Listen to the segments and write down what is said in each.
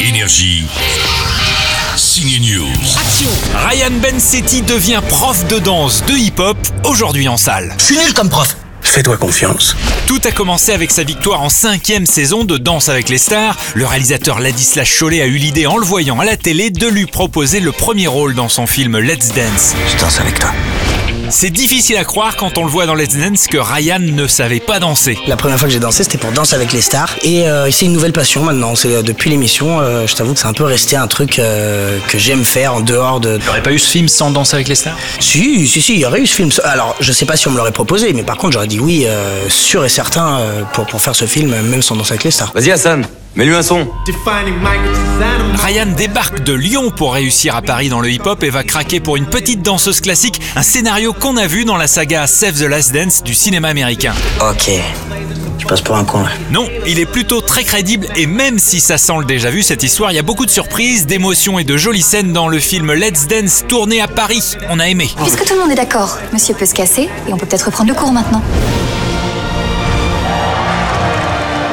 Énergie. Signe News. Ryan Bensetti devient prof de danse de hip-hop aujourd'hui en salle. Je suis nul comme prof. Fais-toi confiance. Tout a commencé avec sa victoire en cinquième saison de Danse avec les stars. Le réalisateur Ladislas Chollet a eu l'idée en le voyant à la télé de lui proposer le premier rôle dans son film Let's Dance. Je danse avec toi. C'est difficile à croire quand on le voit dans Let's Dance que Ryan ne savait pas danser. La première fois que j'ai dansé, c'était pour Danse avec les stars. Et euh, c'est une nouvelle passion maintenant. C'est euh, depuis l'émission, euh, je t'avoue que c'est un peu resté un truc euh, que j'aime faire en dehors de. T'aurais pas eu ce film sans Danse avec les stars Si, si, si, il y aurait eu ce film. Alors, je sais pas si on me l'aurait proposé, mais par contre, j'aurais dit oui, euh, sûr et certain, euh, pour, pour faire ce film, même sans Danse avec les stars. Vas-y Hassan, mets-lui un son. Defining migrants as animals. Ryan débarque de Lyon pour réussir à Paris dans le hip-hop et va craquer pour une petite danseuse classique, un scénario qu'on a vu dans la saga Save the Last Dance du cinéma américain. Ok. Je passe pour un con là. Non, il est plutôt très crédible et même si ça sent le déjà vu cette histoire, il y a beaucoup de surprises, d'émotions et de jolies scènes dans le film Let's Dance tourné à Paris. On a aimé. Puisque tout le monde est d'accord, monsieur peut se casser et on peut peut-être reprendre le cours maintenant.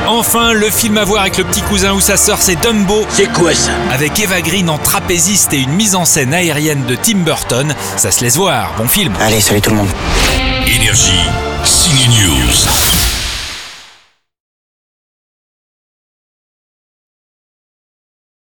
Enfin, le film à voir avec le petit cousin ou sa sœur, c'est Dumbo. C'est quoi ça Avec Eva Green en trapéziste et une mise en scène aérienne de Tim Burton, ça se laisse voir. Bon film. Allez, salut tout le monde. Énergie. Signe News.